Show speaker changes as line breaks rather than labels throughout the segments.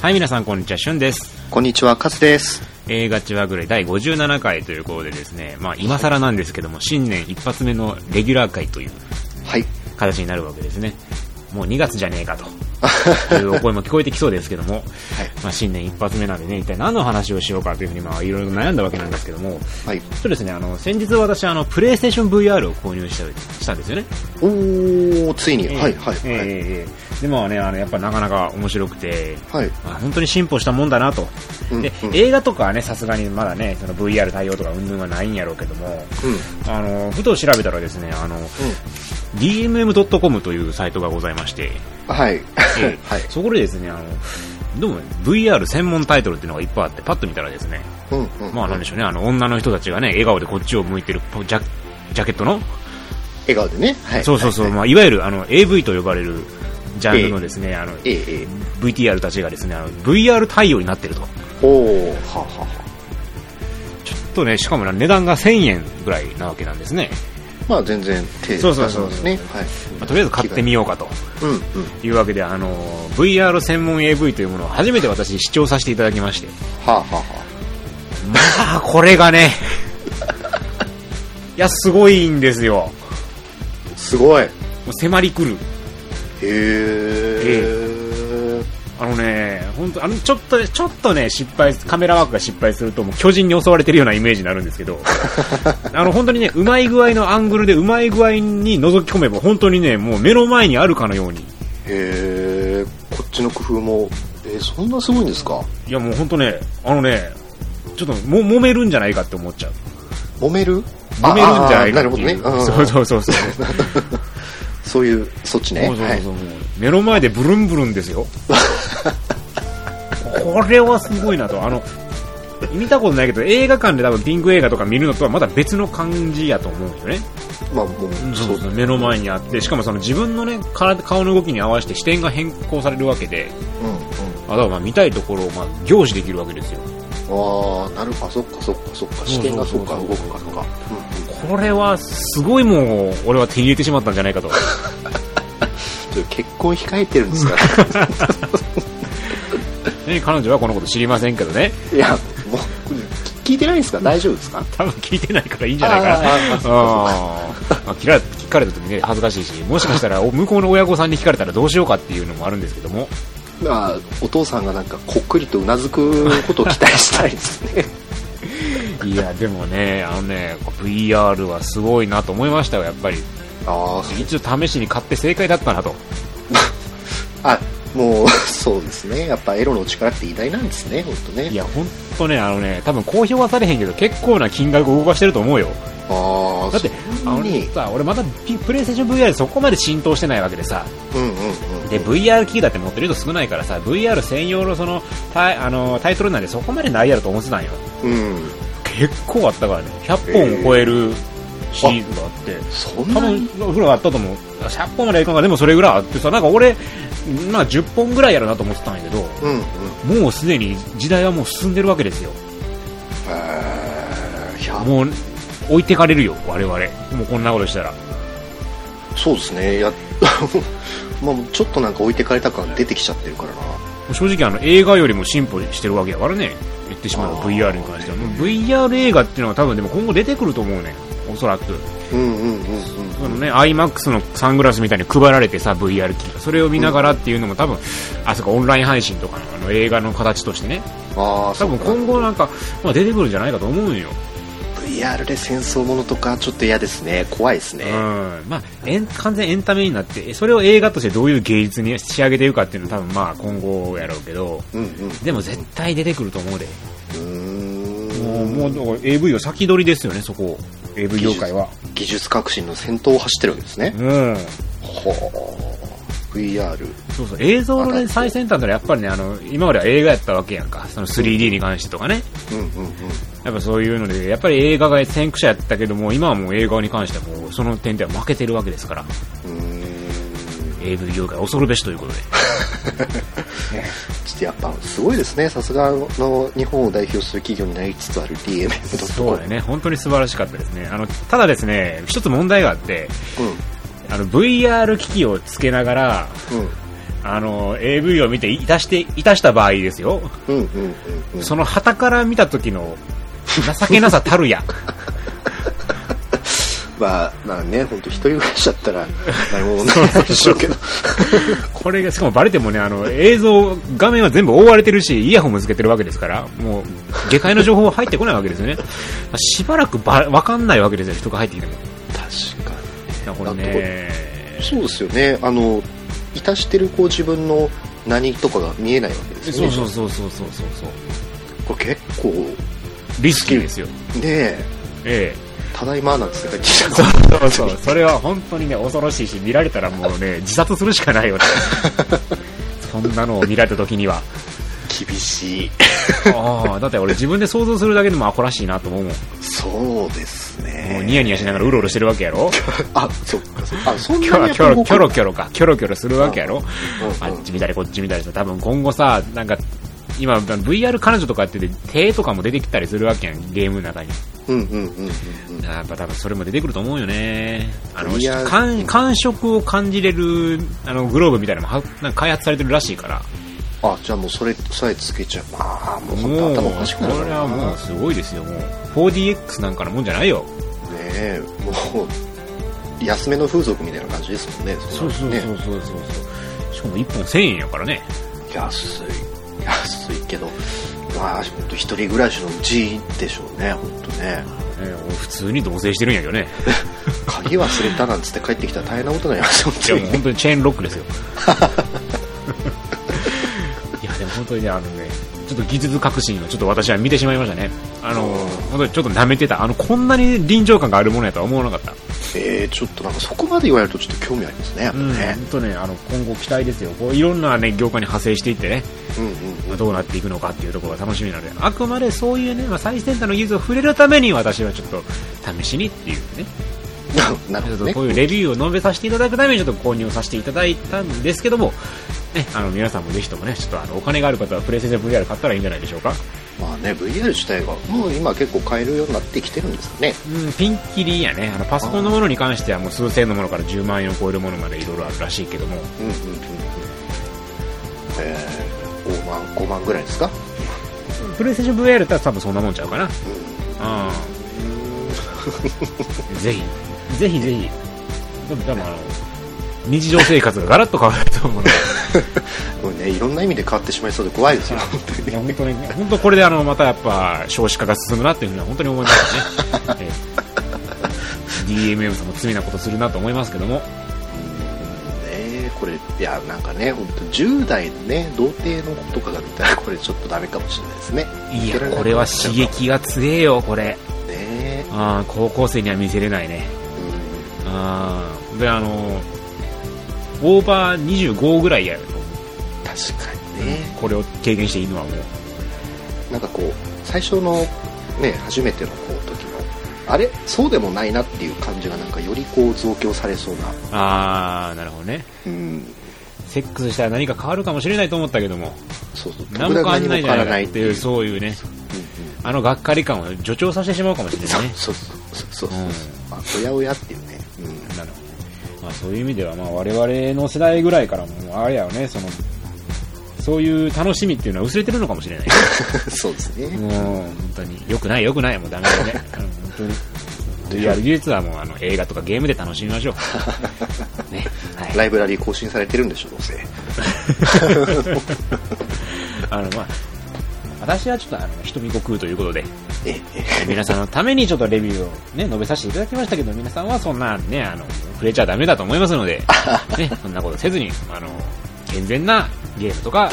はい皆さんこんにちはしゅんです、
こんにちは、カズです。
えー、ガチワグレ第57回ということでですねまあ今更なんですけども新年一発目のレギュラー回という
はい。
形になるわけですねもう2月じゃねえかというお声も聞こえてきそうですけども、まあ、新年一発目なんでね一体何の話をしようかというふうにまあいろいろ悩んだわけなんですけども
はい。
そうですねあの先日私あのプレイステーション VR を購入したしたんですよね
おー、ついに。
ええ
はい、はい、
ええ
はい。
ええでもねあのやっぱなかなか面白くて、
はい
あ本当に進歩したもんだなと、
うん
で
うん
映画とかはねさすがにまだねその VR 対応とか云々はないんやろうけども、あのふと調べたらですねあの、DMM.com というサイトがございまして、
はい。
ええ
はい。
そこでですねあのどうも VR 専門タイトルっていうのがいっぱいあってパッと見たらですね
うん、うん。
まあなんでしょうねあの女の人たちがね笑顔でこっちを向いてるジャジャケットの
笑顔でね。はい。
そうそうそう、
はい
まあ、いわゆるあの AV と呼ばれるジャンルのですね、あの
ええ、ええ。
VTR たちがですねあの VR 対応になってると、
おー、はあはあは
ちょっとね、しかもな値段が1000円ぐらいなわけなんですね、
あまあ、全然手出
そうそう
さな
そ
いうですね。はい。
まあ、とりあえず買ってみようかと
うん、うん。
いうわけで、あの VR 専門 AV というものを初めて私、視聴させていただきまして、
はあはあは
まあ、これがね、 いや、すごいんですよ、も
あ。すごい。へ
う迫りくる。
え。
あのね、本当あの、ちょっと、ちょっとね、失敗、カメラワークが失敗すると、もう巨人に襲われてるようなイメージになるんですけ ど、あの、本当にね、うまい具合のアングルで、うまい具合に覗き込めば、本当にね、もう目の前にあるかのように、
へえ。こっちの工夫も、え、そんなすごいんですか
いやもう本当ね、あのね、ちょっとも揉めるんじゃないかって思っちゃう。
揉める
揉めるんじゃない
ああな
か
る
っ
ほ
て
ど
い
ね。
う。
うん
そうそう そうそう。そう
そういう、そっちね。
そうそう
はい。
そう目の前でブルンブルンです よ。これはすごいなと。あの、見たことないけど、映画館で多分ピンク映画とか見るのとはまだ別の感じやと思うんですよね。
まあ、もう、
そうそう目の前にあって、しかもその自分のね、体顔の動きに合わせて視点が変更されるわけで、
うん、うん。
あだからまあ見たいところをまあ凝視できるわけですよ。
ああなるかそっかそっかそっか視点がそっか
そう
動
そうそ
く
う
かそっか
これはすごいもう、俺は手に入れてしまったんじゃない かと。
ちょっと結婚控えてるんですか
ね、彼女はこのこと知りませんけどね、
いやもう聞いてないですか大丈夫ですか
多分聞いてないからいいんじゃないか
あ
な。
ーあ
あ
ー
ー まあ聞かれ聞かれた時ね、恥ずかしいし、もしかしたらお向こうの親御さんに聞かれたらどうしようかっていうのもあるんですけども、
まあお父さんがなんかこっくりとうなずくことを期待したいですね
いや、でもね、あのね、VR はすごいなと思いましたよ、やっぱり。
あ
一応試しに買って正解だったなと。
ああもうそうですねやっぱエロの力って偉大なんですね本当
い
ね
や、ほんとね、あのね、多分公表はされへんけど、結構な金額を動かしてると思うよ。
ああ
だって、あ
そん
の
なに
さ、俺まだピプレイステーション VR そこまで浸透してないわけでさ、
うんうんうん
で VR 機器だって持ってる人少ないからさ VR 専用のそのタイあのタイトルなんでそこまでないやろと思ってたんよ
うん
結構あったからね100本を超えるシリーズがあって、
そん
多
な
分
に
お風呂があったと思う100本まではいかんがでもそれぐらいあってさなんか俺、まあ、10本ぐらいやろなと思ってたんやけど
うんうん
もうすでに時代はもう進んでるわけですよ
えーいや
もう置いてかれるよ我々もうこんなことしたら
そうですねいや まあちょっとなんか置いてかれた感出てきちゃってるからな
正直あの映画よりも進歩してるわけやからね言ってしまう
あー
VR に関してはもう VR 映画っていうのは多分でも今後出てくると思うねおそらく
うんうんうんうん
あのね iMAX のサングラスみたいに配られてさ VR 機それを見ながらっていうのも多分あそこオンライン配信とかのあの映画の形としてね
ああ
多分今後なんか、まあ、出てくるんじゃないかと思うんよ、
VR で戦争ものとかちょっと嫌ですね怖いです
う
ね、
んまあ、エン完全エンタメになってそれを映画としてどういう芸術に仕上げていくかっていうのは多分まあ今後やろうけど
うん、うん
でも絶対出てくると思うで
う
も
ー
うんもうだから AV を先取りですよね、そこ AV 業界は。
技術革新の先頭を走ってるわけですね、
うん。
ほう VR
そうそう、映像の、ね、最先端ならやっぱりね、あの、今までは映画やったわけやんか。その 3D に関してとかね。
うんうんうん
やっぱそういうので、やっぱり映画が先駆者やったけども、今はもう映画に関してはもうその点では負けてるわけですから、
うーん
AV 業界恐るべしということで。
ちょっとやっぱすごいですねさすがの日本を代表する企業になりつつある DMM と
そうだよね、本当に素晴らしかったですね。あの、ただですね、一つ問題があって、
う
あの、VR 機器をつけながら、
んうん
あの、AV を見て、いたして、いたした場合ですよ。
うんうんうんうん。
その旗から見た時の、情けなさたるや。
まあ、まあね、本当一人暮らし だったら、何もないでしょうけど。
これが、しかもバレてもね、あの、映像、画面は全部覆われてるし、イヤホンもつけてるわけですから、もう、下界の情報は入ってこないわけですよね。 しばらくば、わかんないわけですよ、人が入ってきても。い
確かに。
や、これね。
そうですよね。あの、いたしてるこう自分の何とかが見えないわけですよ
そ
ね。
うそうそうそうそうそうそう。
これ結構、ね
リスキーですよ。
え、
ええ。
ただいまなんですよ、
そうそうそう。それは本当にね、恐ろしいし、見られたらもうね、自殺するしかない よね。そんなのを見られた時には。
厳しい。
ああ、だって俺自分で想像するだけでもアホらしいなと思うもん。
そうですね。
もうニヤニヤしながらうろうろしてるわけやろ
あ、そうか、そうあ、そん
キョ
な
ロ
に
キョロ、キョロキョロか。キョロキョロするわけやろ
うん
あ
うん
っち見たりこっち見たりして、多分今後さ、なんか、今、VR 彼女とかやってて、手とかも出てきたりするわけやん、ゲームの中に。
うんうんうんうんうん。
やっぱ多分それも出てくると思うよね。あの、
いや
感感触を感じれる、あの、グローブみたいなのもは、なんか開発されてるらしいから。
あ、じゃあもうそれさえつけちゃう。ああ、もう本
もう、
当
こ
頭おかしくなるから
れはもうすごいですよ、もう。4DX なんかのもんじゃないよ。
ねえ、もう、安めの風俗みたいな感じですもんね。んなのね
うそうそう。しかも1本1000円やからね。
安い。安いけど、まあ、ほんと一人暮らしのうちでしょうね、本当ね。
ね俺普通に同棲してるんやけどね。
鍵忘れたなんつって帰ってきたら大変なことになります、本
い
当
や
に
もう本当にチェーンロック ですよ。いやでも本当にね、あのね、ちょっと技術革新をちょっと私は見てしまいましたね。あの、本当にちょっと舐めてた。あの、こんなに臨場感があるものやとは思わなかった。
えー、ちょっとなんかそこまで言われるとちょっと興味ありますね、やっぱ
うん、
ね。
本当ね、あの、今後期待ですよ。こう、いろんなね、業界に派生していってね、
うん、うん、
まあどうなっていくのかっていうところが楽しみなので、あくまでそういうね、まあ、最先端の技術を触れるために私はちょっと試しにっていうね、
うん。なるほどね
こ。ういうレビューを述べさせていただくためにちょっと購入させていただいたんですけども、ね、あの皆さんもぜひともね、ちょっとあのお金がある方はプレイセン VR 買ったらいいんじゃないでしょうか。
まあね、VR 自体がもう今結構買えるようになってきてるんですかね。
うん、ピンキリやね、あのパソコンのものに関してはもう数千円のものから10万円を超えるものまでいろいろあるらしいけども、
うん、うん、うん、うん。えー、5万、5万ぐらいですか
プレイセン VR って多分そんなもんちゃうかな。
うん。
うん。ぜひ、ぜひぜひ。多分、多分あの、日常生活がガラッと変わると思うので。
もうね、いろんな意味で変わってしまいそうで怖いですよ、本当に。
いや、本当に、本当これであの、またやっぱ、少子化が進むなっていうふうには本当に思いましたね。 ええ DMM さんも罪なことするなと思いますけども。
ねこれ、いや、なんかね、本当10代のね、童貞の子とかが見た ら、これちょっとダメかもしれないですね。
いや、これは刺激が強えよ、これ。
ね
あー高校生には見せれないね。
う
あーで、あの、オーバー25ぐらいやると思
ん、確かにね。
う。これを経験していいのはもう。
なんかこう、最初の、ね、初めてのこう時の、あれそうでもないなっていう感じが、なんかよりこう、増強されそうな。
あー、なるほどね。
うん。
セックスしたら何か変わるかもしれないと思ったけども、
そうそう。
何も変わんないじゃないかっていう、
う。
そういうね、
うんうん
あのがっかり感を助長させてしまうかもしれないね。
そうそうそうそうそう。
うん
まあ、おやおやっていうね。うん。
なるほどまあ、そういう意味では、まあ、我々の世代ぐらいからも、あれやよね、その、そういう楽しみっていうのは薄れてるのかもしれない。
そうですね。
もう、本当に。良くない、良くない、もうダメだね。うん本当に。VR 技術はもうあの映画とかゲームで楽しみましょ う。ね。はい。
ライブラリー更新されてるんでしょ、どうせ。
あの、まあ、私はちょっとあの、人見悟空ということで、
ええ
皆さんのためにちょっとレビューをね、述べさせていただきましたけど、皆さんはそんなね、あの、触れちゃダメだと思いますの で、ね、そんなことせずに、あの、健全なゲームと か、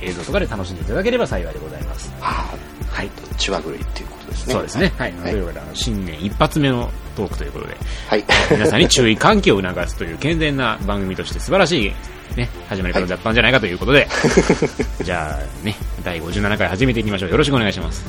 映像とかで楽しんでいただければ幸いでございます。
あ
はい。
あ、血は狂いっていうことですね。
そうですね。はい。
は
とい。
いう
ことで、あの、新年一発目のトークということで、
はい。
皆さんに注意喚起を促すという健全な番組として素晴らしい、ね、始まり方だったんじゃないかという ことで、じゃあね、第57回始めていきましょう。よろしくお願いします。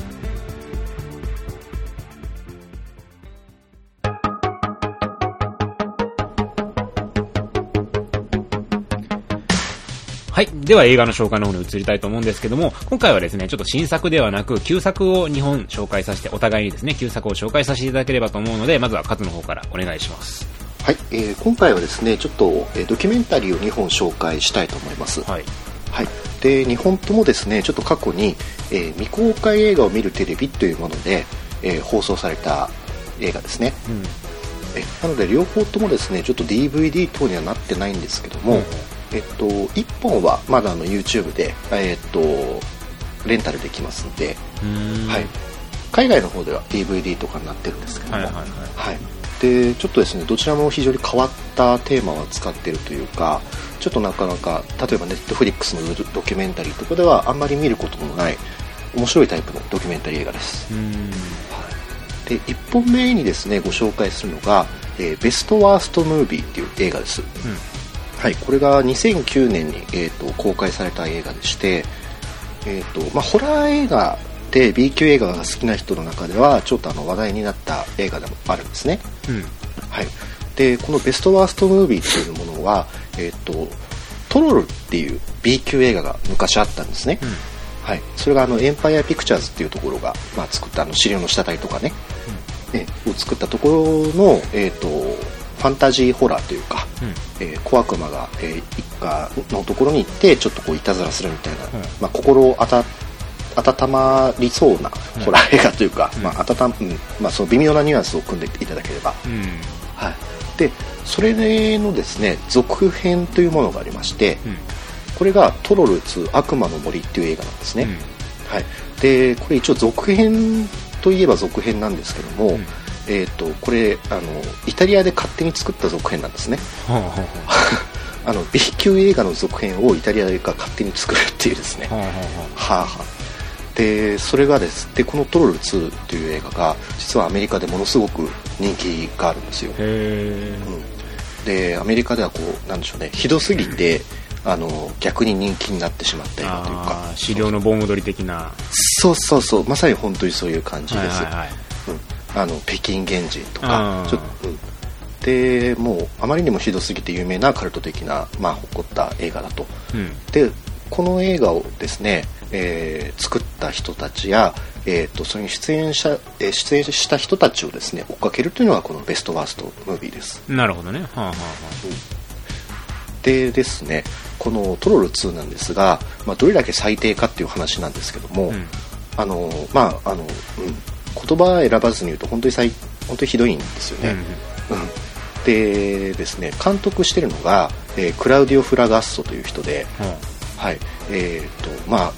はい。では映画の紹介の方に移りたいと思うんですけども、今回はですね、ちょっと新作ではなく、旧作を2本紹介させて、お互いにですね、旧作を紹介させていただければと思うので、まずはカズの方からお願いします。
はい、えー今回はですねちょっと、えードキュメンタリーを2本紹介したいと思います、はい
はい。
で2本ともですねちょっと過去に、えー未公開映画を見るテレビというもので、えー放送された映画ですね
うん。
えなので両方ともですねちょっと DVD 等にはなってないんですけど
う
も、
ん
えっと、1本はまだあの YouTube で、えっと、レンタルできますんで、
うん
はい、海外の方では DVD とかになってるんですけども、
はいはいはい。
はい、でちょっとですねどちらも非常に変わったテーマは使ってるというかちょっとなかなか例えばネットフリックスのドドキュメンタリーとかではあんまり見ることのない面白いタイプのドキュメンタリー映画です、
うん。
はい、で1本目にですねご紹介するのが、えーベストワーストムービー」っていう映画です、はい、これが2009年に、えー、と公開された映画でして、えーとまあ、ホラー映画で B 級映画が好きな人の中ではちょっとあの話題になった映画でもあるんですね、
うん。うん。
はい、でこのベストワーストムービーっていうものは、えー、とトロルっていう B 級映画が昔あったんですね、はい、それがあのエンパイアピクチャーズっていうところが、まあ、作ったあの資料の下たりとかね、ねを作ったところの、えー、とファンタジーホラーというか、
うん。
えー小悪魔が、えー一家のところに行ってちょっとこういたずらするみたいな、
ん
まあ、心をあた温まりそうな
うん
ホラー映画というか、
うん
まあ温まうんまあ、その微妙なニュアンスを組んでいただければ、
うん。
はい、でそれのですね続編というものがありまして
うん。
これが「トロル2悪魔の森」っていう映画なんですね、
うん。
はい、でこれ一応続編といえば続編なんですけども、
ん
えー、とこれあのイタリアで勝手に作った続編なんですね
はあは
あの B 級映画の続編をイタリアが勝手に作るっていうですね
あはあはあは
はあはあでそれがですでこの「トロル2」という映画が実はアメリカでものすごく人気があるんですよ、
あ。へ
うん、でアメリカではこうなんでしょうねひどすぎてあの逆に人気になってしまった
え。
映画という
あ
か
あ、資料の盆踊り的な。
そうそうそうまさに本当にそういう感じ
は
で
い
す、
はいはい。
うん、あの北京原人とか
あー
ちょっと、うんでもうあまりにもひどすぎて有名なカルト的な、まあ、誇った映画だと
うん。
でこの映画をですね、えー作った人たちや、えー、とそれに出演者、えー出演した人たちをですね追っかけるというのがこのベストワーストムービーです
なるほどね。はあはあは
でですねこの「トロル2」なんですが、まあ、どれだけ最低かっていう話なんですけども、
あ。うん。
あのまああの、うん、言葉選ばずに言うと本当に最本当にひどいんですよね、うんでですね監督してるのが、えークラウディオ・フラガッソという人で、
うん。は
はいえーとまあ、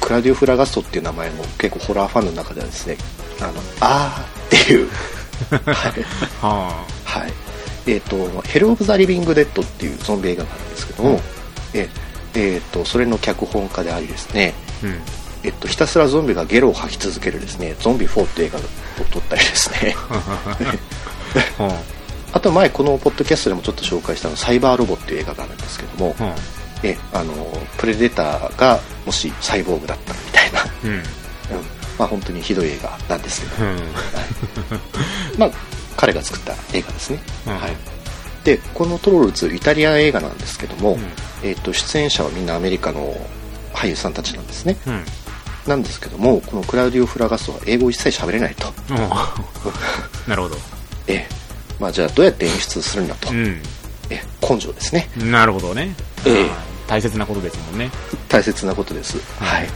クラウディオ・フラガッソっていう名前も結構ホラーファンの中ではですねあのあーっていう、はい
あ。はあ。
はいえー、とヘル・オブ・ザ・リビング・デッドっていうゾンビ映画があるんですけども、ええーとそれの脚本家でありですね、
うん。
えっと、ひたすらゾンビがゲロを吐き続けるですねゾンビ4っていう映画を撮ったりですね
は
あと前このポッドキャストでもちょっと紹介したのサイバーロボっていう映画があるんですけども
あ。はあ。
えあのプレデターがもしサイボーグだったみたいな、
うん。
うんまあ本当にひどい映画なんですけど
うん。
まあ、彼が作った映画ですね、
うん
はい、でこの「トロルズ」イタリア映画なんですけども、
うん
えっと出演者はみんなアメリカの俳優さんたちなんですね
うん。
なんですけどもこのクラウディオ・フラガスは英語を一切喋れないと
おうなるほど。
ええまあ、じゃあどうやって演出するんだと、
う
ええ根性ですね
ん。なるほどね。
ええ
大切なことですもんね。
大切なことですはい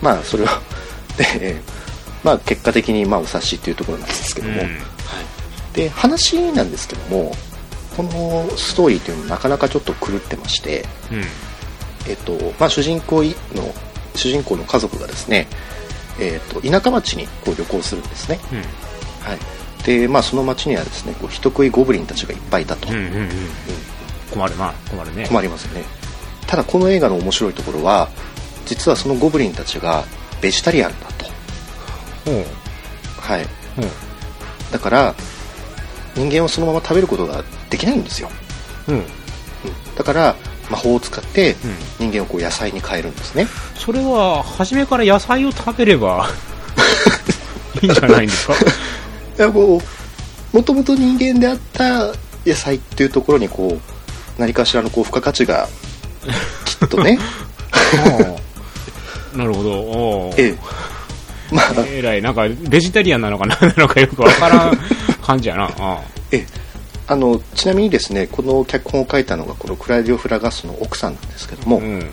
まあそれは で、ええまあ、結果的にまあお察しっていうところなんですけ
う
ど
ん
も、。で話なんですけどもこのストーリーっていうのもなかなかちょっと狂ってまして、
うん。
えっとまあ、主人公いの主人公の家族がですね、えっと田舎町にこう旅行するんですね、
うん。
はいでまあ、その町にはですねこう人食いゴブリンたちがいっぱいいたと、
うんうんうん。困るな。困るね。
困りますよねただこの映画の面白いところは実はそのゴブリンたちがベジタリアンだと
おう
はい
おう
だから人間をそのまま食べることができないんですよ、
うん。うん。
うん、だから魔法を使って人間をこう野菜に変えるんですね、
それは、初めから野菜を食べれ ば、いいんじゃないんですか
いやこうもともと人間であった野菜っていうところにこう何かしらのこう付加価 値がきっとね
おうなるほど。おう
ええまあ
えらい、なんか、ベジタリアンなのか何なのかよくわからん感じやな。ああ
ええあのちなみにですねこの脚本を書いたのがこのクラウディオ・フラガスの奥さんなんですけども、
うん。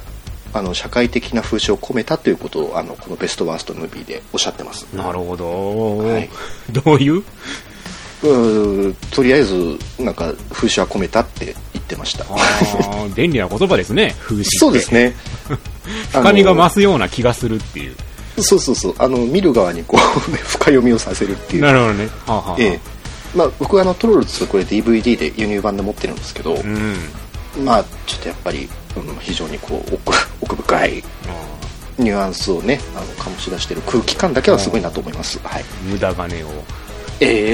あの社会的な風刺を込めたということをあのこのベストワーストムービーでおっしゃってます
なるほど。
はい
どういう
うーとりあえずなんか風刺は込めたって言ってました
あー便利な言葉ですね、風刺って。
そうですね
深みが増
す
すような気がするっていう。
そうそうそうあの見る側にこう、ね、深読みをさせるっていう
なるほどね。はあ、はあはあ
ええまあ、僕はあのトロールズこれ DVD で輸入版で持ってるんですけど、
うん。
まあちょっとやっぱり、うん非常にこう奥奥深いニュアンスをねあの醸し出してる空気感だけはすごいなと思います、はい
無駄金を。
ええ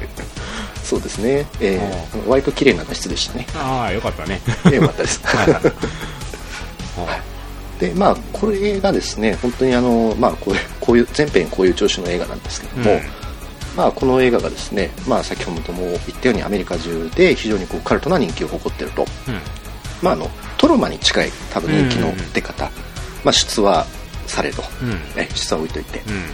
そうですね、ええ割と綺麗な画質でしたね
ああ、よかったね。
ええよかったです
はいはい
でまあこれがですね本当にあの、まあ、これこういう全編こういう調子の映画なんですけども、
うん
まあ、この映画がですね、まあ、先ほども言ったようにアメリカ中で非常にこうカルトな人気を誇ってると、
うん
まあ、あのトロマに近い多分人気の出方、まあ、出はされど、
うん
ね出は置いといて、
うん。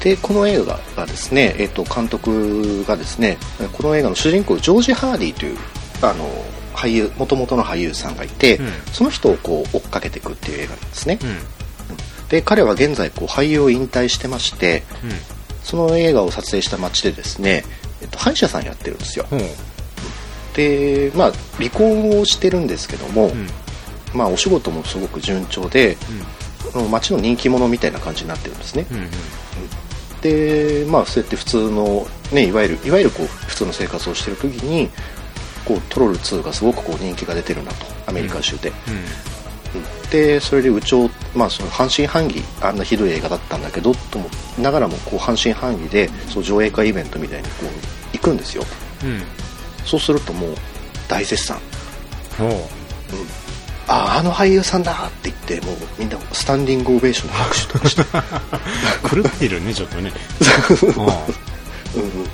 でこの映画がですね、えっと監督がですねこの映画の主人公ジョージ・ハーディというあの俳優元々の俳優さんがいて、
うん
その人をこう追っかけていくっていう映画なんですね、
うん。
で彼は現在こう俳優を引退してまして
うん。
その映画を撮影した街でですね、えっと、歯医者さんやってるんですよ
ほう。
でまあ離婚をしてるんですけども、
うん。
まあ、お仕事もすごく順調であの街の人気者みたいな感じになってるんですね
うん。うん。
でまあそうやって普通の、ね、いわゆるいわゆるこう普通の生活をしてる時にこうトロール2がすごくこう人気が出てるなとアメリカ中で、
う
うんでそれで「有頂」まあその半信半疑あんなひどい映画だったんだけどと思いながらもこう半信半疑でそう上映会イベントみたいにこう行くんですよ
ん。うん。
そうするともう大絶賛
ほう。
あああの俳優さんだって言ってもうみんなスタンディングオベーションの拍手とかして
狂ってるね、ちょっとね。あ
うんうん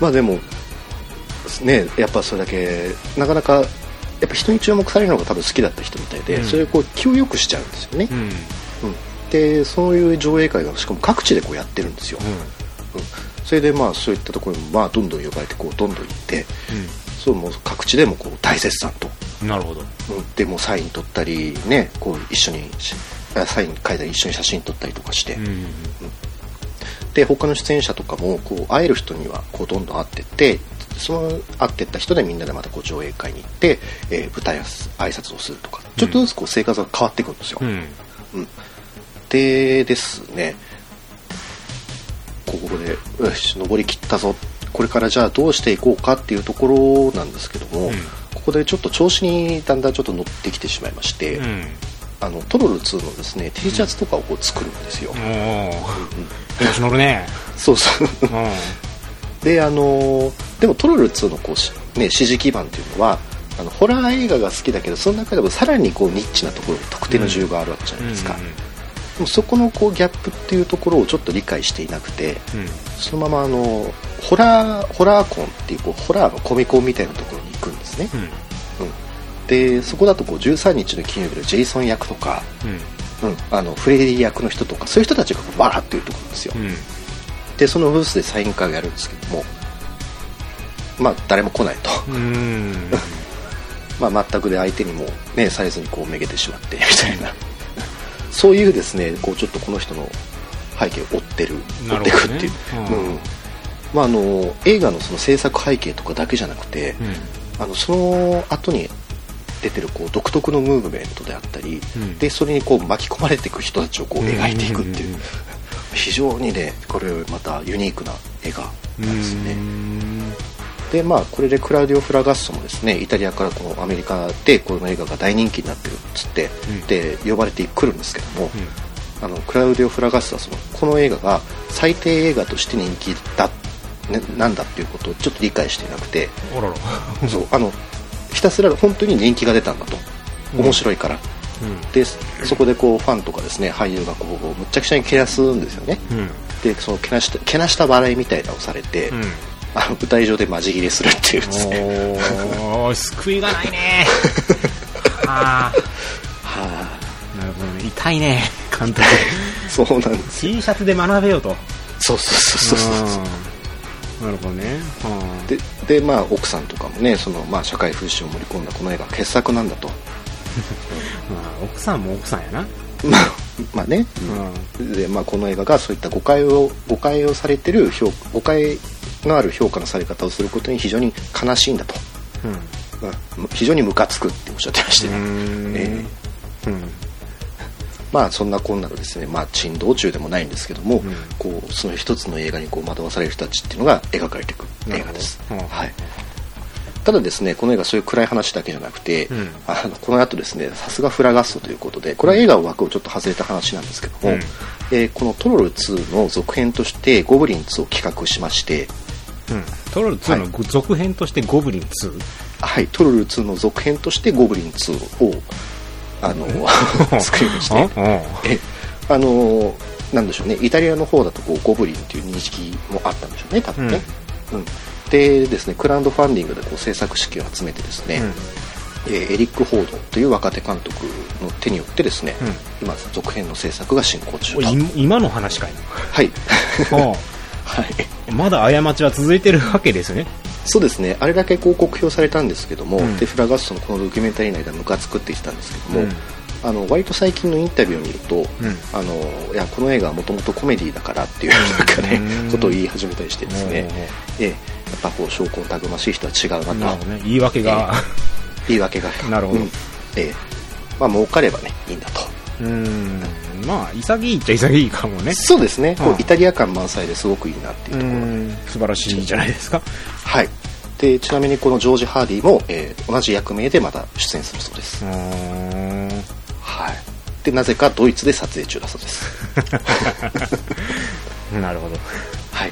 まあでもねやっぱそれだけなかなかやっぱ人に注目されるのが多分好きだった人みたいで、
うん
それをこう気を良くしちゃうんですよね
あう、ん。うん。
うんでそういう上映会がしかも各地でこうやってるんですよ、うんそれでまあそういったところにもまあどんどん呼ばれてこうどんどん行ってそうもう各地でもこう大絶賛と、
うん。なるほど。
うんでもうサイン取ったりねこう一緒にしあサイン書いたり一緒に写真撮ったりとかして、
うん。うん。
で他の出演者とかもこう会える人にはこうどんどん会ってってその会ってった人でみんなでまたこう上映会に行って、えー舞台挨拶をするとかちょっとずつこう生活が変わっていくんですよ、
うん。
でですねここでよし登り切ったぞこれからじゃあどうしていこうかっていうところなんですけども、
うん
ここでちょっと調子にだんだんちょっと乗ってきてしまいまして、
うん。
あのトロル2のですね T シャツとかをこう作るんですよ、
おー。調子乗るね。
そうそう
うん。うん。
であのーでも「トロル2」のこうし、ね、支持基盤っていうのはあのホラー映画が好きだけどその中でもさらにこうニッチなところに特定の需要があるわけじゃないですか、でもそこのこうギャップっていうところをちょっと理解していなくて
うん。うん。
そのままあのーホラーホラーコンっていうこうホラーのコミコンみたいなところに行くんですね、
うん。
うん、でそこだとこう13日の金曜日のジェイソン役とか、うん、あのフレディ役の人とかそういう人たちがこうわーっていうところなんですよ、
うん。うん。
でそのブースでサイン会をやるんですけどもまあ誰も来ないと、
うん。
まあ、全くで相手にも、ね、されずにこうめげてしまってみたいな そういうですねこうちょっとこの人の背景を追ってる追
な
っ
る
てい
ほ
く
ど
っ
ね
ていう、
うん
うんまあ、あの映画のその制作背景とかだけじゃなくて、あのその後に出てるこう独特のムーブメントであったり、
うん
でそれにこう巻き込まれていく人たちをこう描いていくっていうう
うんうん
ん
うん
非常にねこれまたユニークな映画
う
なんですね
ん。
でまあこれでクラウディオ・フラガッソもですねイタリアからこのアメリカでこの映画が大人気になってるっつって、
うん
で呼ばれてくるんですけども、あのクラウディオ・フラガッソはそのこの映画が最低映画として人気だ、ね、なんだっていうことをちょっと理解していなくて、
あらら。
そうあのひたすら本当に人気が出たんだと
うん
面白いから、
う
でそこでこうファンとかですね俳優がこうむっちゃくちゃにけなすんですよね
ん。うん。
でそのけなしたけなした笑いみたいなのをされて、
うん。
あの舞台上でマジギレするっていうですね
おー、救いがないね。あ
は
あ。なるほどね。痛いね、監督。
あそうなんです
T シャツで学べよと。
そうそうそうそうそう
なるほどね。はあ。
でで、まあ、奥さんとかもねその、まあ、社会風刺を盛り込んだこの映画傑作なんだと
まあ、奥さんも奥さんやな。
まあまあね、
うん。
で、まあ、この映画がそういった誤解を誤解をされてる評誤解のある評価のされ方をすることに非常に悲しいんだと、
うん。
まあ非常にムカつくっておっしゃってまして、
うん
え
うん。
まあそんなこんなのですね、まあ、珍道中でもないんですけども、
ん
こうその一つの映画にこう惑わされる人たちっていうのが描かれていく映画です、
なるほど
はい、ただですねこの映画そういう暗い話だけじゃなくて、
ん
あのこの後ですねさすがフラガストということでこれは映画を枠をちょっと外れた話なんですけど
う
も、
ん
えーこの「トロル2」の続編としてゴブリン2を企画しまして
うん。トロール2の続編としてゴブリン 2?
はい、トロル2の続編としてゴブリン2をあの 作りまして
う
えあのーなんでしょうねイタリアの方だとこうゴブリンという認識もあったんでしょうね多分ね、うんでですねクラウドファンディングでこう制作資金を集めてですね、えーエリック・ホードンという若手監督の手によってですね、
うん
今続編の制作が進行中
ん。
だ
うん。今の話かい
はい
な。
はい
まだ過ちは続いてるわけですね。
そうですねあれだけこう酷評されたんですけども、
うん
でフラガストのこのドキュメンタリー内ではムカつくって言ってたんですけども、
うん
あの割と最近のインタビューを見ると、
ん
あのいやこの映画はもともとコメディだからっていうなんか、ね
うん
ことを言い始めたりしてですね
おうおう、
ええやっぱこう証拠のたぐましい人は違う
な
な
る
と
ほどね。言い訳が。
言い訳が
なるほど
うんええまあ儲かればねいいんだと
うん。まあ、潔いっちゃ潔いかもね。
そうですね、こ
う
うんイタリア感満載ですごくいいなっていう
う
ところ、
ん。素晴らしいじゃないですか。
はいでちなみにこのジョージ・ハーディも、ええ同じ役名でまた出演するそうで
う
す
ーん。
はい、でなぜかドイツで撮影中だそうです、
なるほど。
はい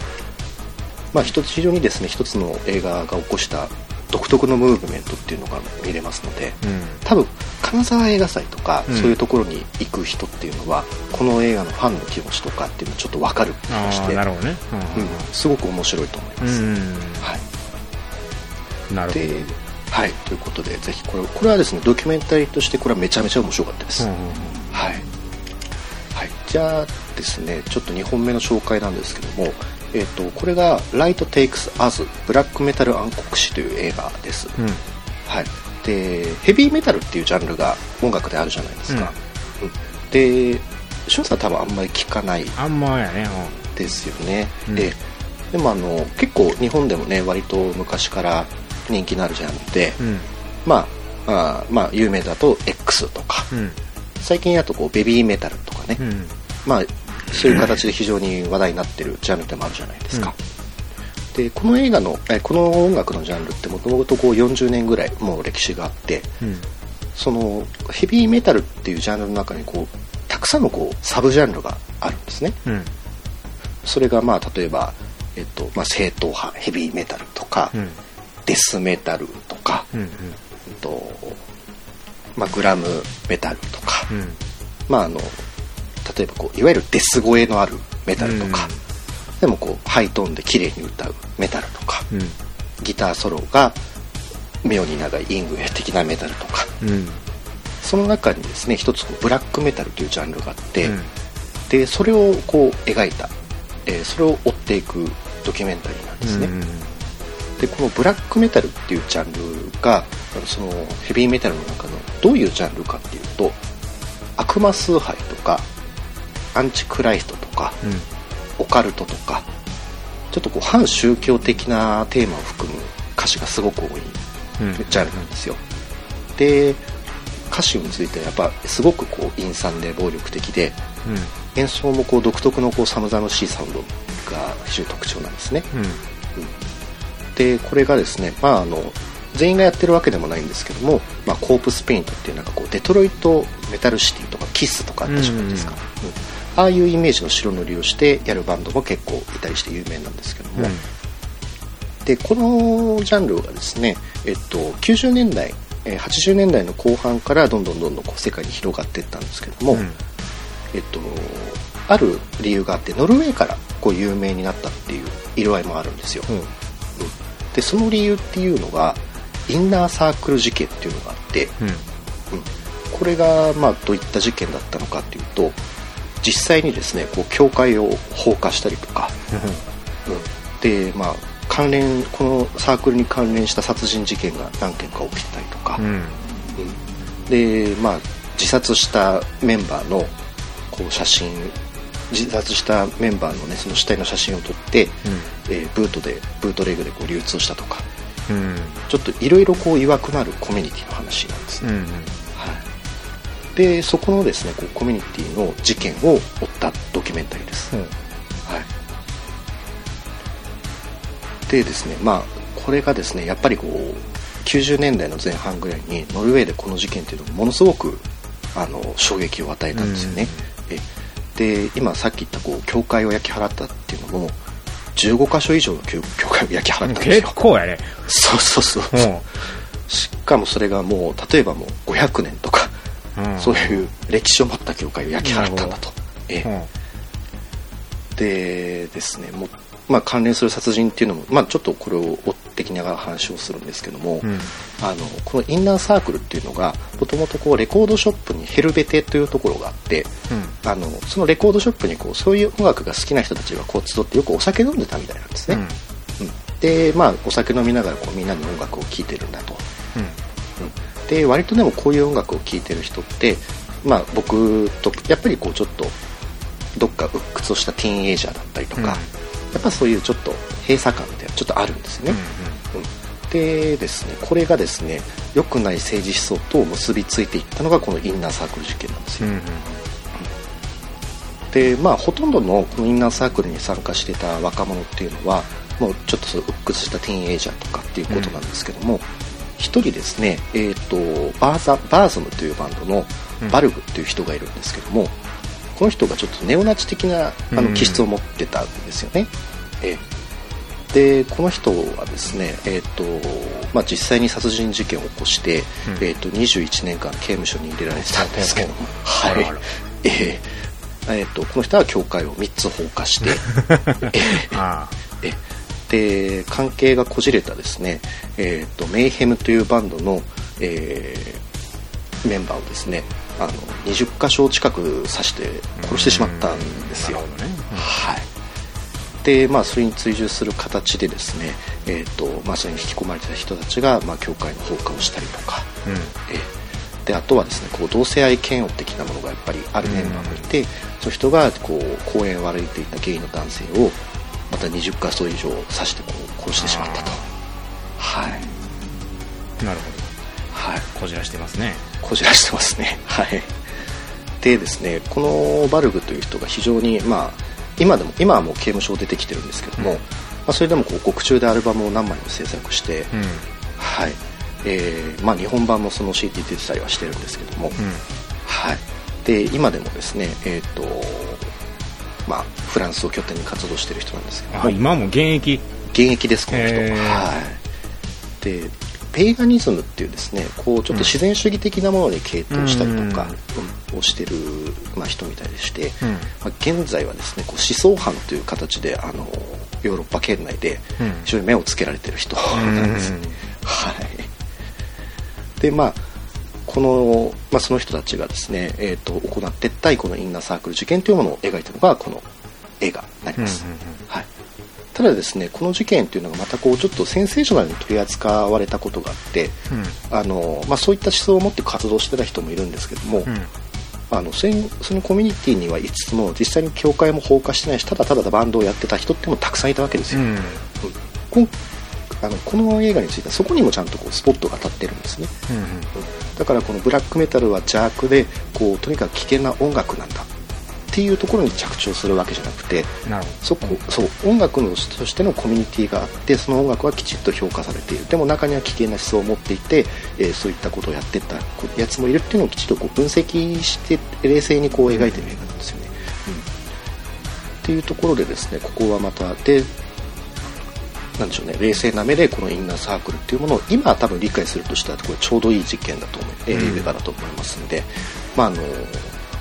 まあ、一つ非常にですね一つの映画が起こした独特のムーブメントっていうのが見れますので
うん。
多分金沢映画祭とか、
うん
そういうところに行く人っていうのはこの映画のファンの気持ちとかっていうのちょっと分かる気が
あ
し
あ、
て
なるほどね。
うん、すごく面白いと思いま
う
す、
ん。
はい、
うん。なるほど。
ではいということでぜひこれこれはですねドキュメンタリーとしてこれはめちゃめちゃ面白かったです、
うん
はい、はい、じゃあですねちょっと2本目の紹介なんですけども、えっとこれが「ライト・テイクス・アズ・ブラック・メタル暗黒史」という映画です、
うん。
はい、でヘビーメタルっていうジャンルが音楽であるじゃないですか、うんでしゅんさん多分あんまり聞かない
あんまやね。
ですよね、
うん
ででもあの結構日本でもね割と昔から人気のあるジャンルで、
うん。
まあまあまあ有名だと X とか、
うん。
最近だとこうベビーメタルとかね、
うん。うん。
まあ、そういう形で非常に話題になってるジャンルでもあるじゃないですか、でこの映画のえこの音楽のジャンルってもともとこう40年ぐらいもう歴史があって
うん。
そのヘビーメタルっていうジャンルの中にこうたくさんのこうサブジャンルがあるんですね
うん。
それがまあ例えば、えっとまあ、正統派ヘビーメタルとか、
うん。
デスメタルとか、
うん。うん。
えっとまあ、グラムメタルとか、
うん。
まあ、あの例えばこういわゆるデス声のあるメタルとか、でもこうハイトーンで綺麗に歌うメタルとか、
うん。
ギターソロが妙に長いイングウェイ的なメタルとか
うん。
その中にですね一つこうブラックメタルというジャンルがあって、
うん
でそれをこう描いた、えーそれを追っていくドキュメンタリーなんですね、
うん
でこのブラックメタルっていうジャンルがそのヘビーメタルの中のどういうジャンルかっていうと悪魔崇拝とかアンチクライストとか
うん。
オカルトとかちょっとこう反宗教的なテーマを含む歌詞がすごく多い
うん。
ジャンルなんですよで歌詞についてはやっぱすごくこう陰惨で暴力的で
う
演奏もこう独特のこう寒々しいサウンドが非常に特徴なんですね
ん。うん。
でこれがですね、まあ、あの全員がやってるわけでもないんですけども、まあ、コープスペイントっていうなんかこうデトロイトメタルシティとかキスとかあったじゃないですか、うんああいうイメージの白塗りをしてやるバンドも結構いたりして有名なんですけども、でこのジャンルがですね、えっと、90年代えー80年代の後半からどんどんどんどんこう世界に広がっていったんですけども、
うん。
えっと、ある理由があってノルウェーからこう有名になったっていう色合いもあるんですよ、
うん。
でその理由っていうのがインナーサークル事件っていうのがあって、
うん。
うんこれがまあどういった事件だったのかっていうと実際にですねこう教会を放火したりとか、うんでまあ関連このサークルに関連した殺人事件が何件か起きたりとか、
うん
で、まあ、自殺したメンバーのこう写真自殺したメンバーの,、ね、その死体の写真を撮って、えーブートでブートレグでこう流通したとか
うん
ちょっといろいろこう曰くなるコミュニティの話なんですね、
うん
はい、でそこのですねこうコミュニティの事件を追ったドキュメンタリーです、はい、でですねまあこれがですねやっぱりこう90年代の前半ぐらいにノルウェーでこの事件っていうのがものすごくあの衝撃を与えたんですよね、えで今さっき言ったこう教会を焼き払ったっていうのも15箇所以上の教教会を焼き払ったんですよ
結構やね
そうそうそう
う
そうしかもそれがもう例えばもう500年とか、
んうん
そういう歴史を持った教会を焼き払ったんだと、え
う
え
ん
でですねもう、まあ、関連する殺人っていうのも、まあ、ちょっとこれを追ってきながら話をするんですけども、
うん
あのこのインナーサークルっていうのがもともとレコードショップにヘルベテというところがあってあのそのレコードショップにこうそういう音楽が好きな人たちがこう集ってよくお酒飲んでたみたいなんです
う
ね、
ん
うんでまあお酒飲みながらこうみんなに音楽を聴いてるんだと
うん
で割とでもこういう音楽を聴いてる人って、まあ、僕とやっぱりこうちょっとどっか鬱屈としたティーンエイジャーだったりとか、
うん
やっぱそういうちょっと閉鎖感ってちょっとあるんですね、うんでですねこれがですね良くない政治思想と結びついていったのがこのインナーサークル事件なんです
う
よ、
んうん
でまあほとんどのこのインナーサークルに参加してた若者っていうのはもうちょっとそういう鬱屈したティーンエイジャーとかっていうことなんですけども、一人ですね、えー、とバーザバーズムというバンドの
うん
バルグっていう人がいるんですけども、この人がちょっとネオナチ的なあ
うんう
の
ん
気質を持ってたんですよね、ええでこの人はですね、えーとまあ、実際に殺人事件を起こして、
うん
えー、と21年間刑務所に入れられてたんですけども、
あ
は
ら
い
あら
えええーとこの人は教会を3つ放 火して、ええ
あ
えで関係がこじれたですね、えー、とメイヘムというバンドの、えーメンバーをですねあの20箇所近く刺して
あ
殺してしまったんですよ、
なるほどね
はいでまあ、それに追従する形でですね、えーとまあ、それに引き込まれてた人たちが、まあ、教会の放火をしたりとか、
うんうん
えーであとはですねこう同性愛嫌悪的なものがやっぱりあるメンバーがいて、そういう人がこう公園を歩いていたゲイの男性をまた20か所以上刺してこう殺してしまったと
あ
はい
なるほ
はい
どこじらしてますね
こじらしてますね はいでですねこのバルグという人が非常にまあ今でも今はもう刑務所を出てきてるんですけども、
うん
まあ、それでもこう獄中でアルバムを何枚も制作して、
うん
はいえーまあ、日本版もその CD 出てたりはしてるんですけども、
うん
はい、で今でもですね、えーとまあ、フランスを拠点に活動してる人なんですけども
あ今も現役
現役ですこの人
へー
はいでペイガニズムっていうですねこうちょっと自然主義的なものに傾倒したりとかうんをしてる、まあ、人みたいでして、
うん
まあ、現在はですねこう思想犯という形であのヨーロッパ圏内で
うん
非常に目をつけられてる人なんですね、
うんうん
はいでまあこの、まあ、その人たちがですね、えー、と行ってったこのインナーサークル事件というものを描いたのがこの映画になり
うん
ます、はい、ただですねこの事件というのがまたこうちょっとセンセーショナルに取り扱われたことがあって
うん
あの、まあ、そういった思想を持って活動してた人もいるんですけど
う
も、
んうん
あのそれにそのコミュニティにはいつつも実際に教会も放火してないしただただバンドをやってた人ってもたくさんいたわけです
う
よ、
ん
こんあのこの映画についてはそこにもちゃんとこうスポットが当たってるんですね
うん
だからこのブラックメタルは邪悪でこうとにかく危険な音楽なんだっていうところに着地をするわけじゃなくて
なるほど
そこそう音楽のとしてのコミュニティがあってその音楽はきちっと評価されているでも中には危険な思想を持っていて、えーそういったことをやってったこやつもいるっていうのをきちっとこう分析して冷静にこう描いてる映画なんですよね、うん、っていうところでですねここはまたでなんでしょうね冷静な目でこのインナーサークルっていうものを今多分理解するとしたらこれちょうどいい実験だと思う、え
うん
ー映画だと思いますんで、まああの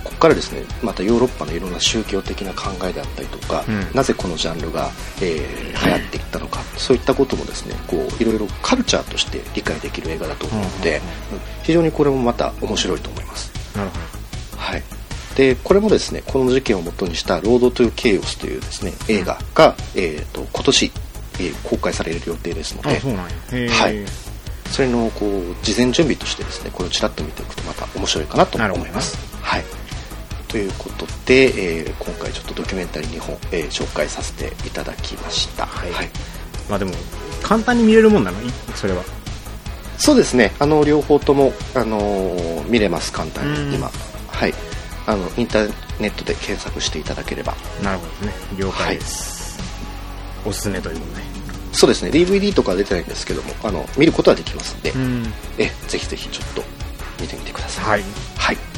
ここからですねまたヨーロッパのいろんな宗教的な考えであったりとか、
うん
なぜこのジャンルが、えー流行っていったのか、そういったこともですねこういろいろカルチャーとして理解できる映画だと思うので、うん非常にこれもまた面白いと思います、
なるほ
はい、でこれもですねこの事件をもとにした「ロード・トゥ・ケイオス」というですね映画が、えー、と今年えー公開される予定ですの
あ
で
そうなんやへえ、
はいそれのこう事前準備としてですねこれをちらっと見ておくとまた面白いかなと
なるほ
思
ど
います。はいということで、えー今回ちょっとドキュメンタリー2本、えー紹介させていただきました、
は
はいい
まあでも簡単に見れるもんなのいそれは
そうですねあの両方とも、あのー見れます簡単
うん
に今、はい、あのインターネットで検索していただければ
なるほどですね了解です、おすすめということで
そうですね DVD とかは出てないんですけどもあの見ることはできますんで、
うん
えぜひぜひちょっと見てみてください
はい
はい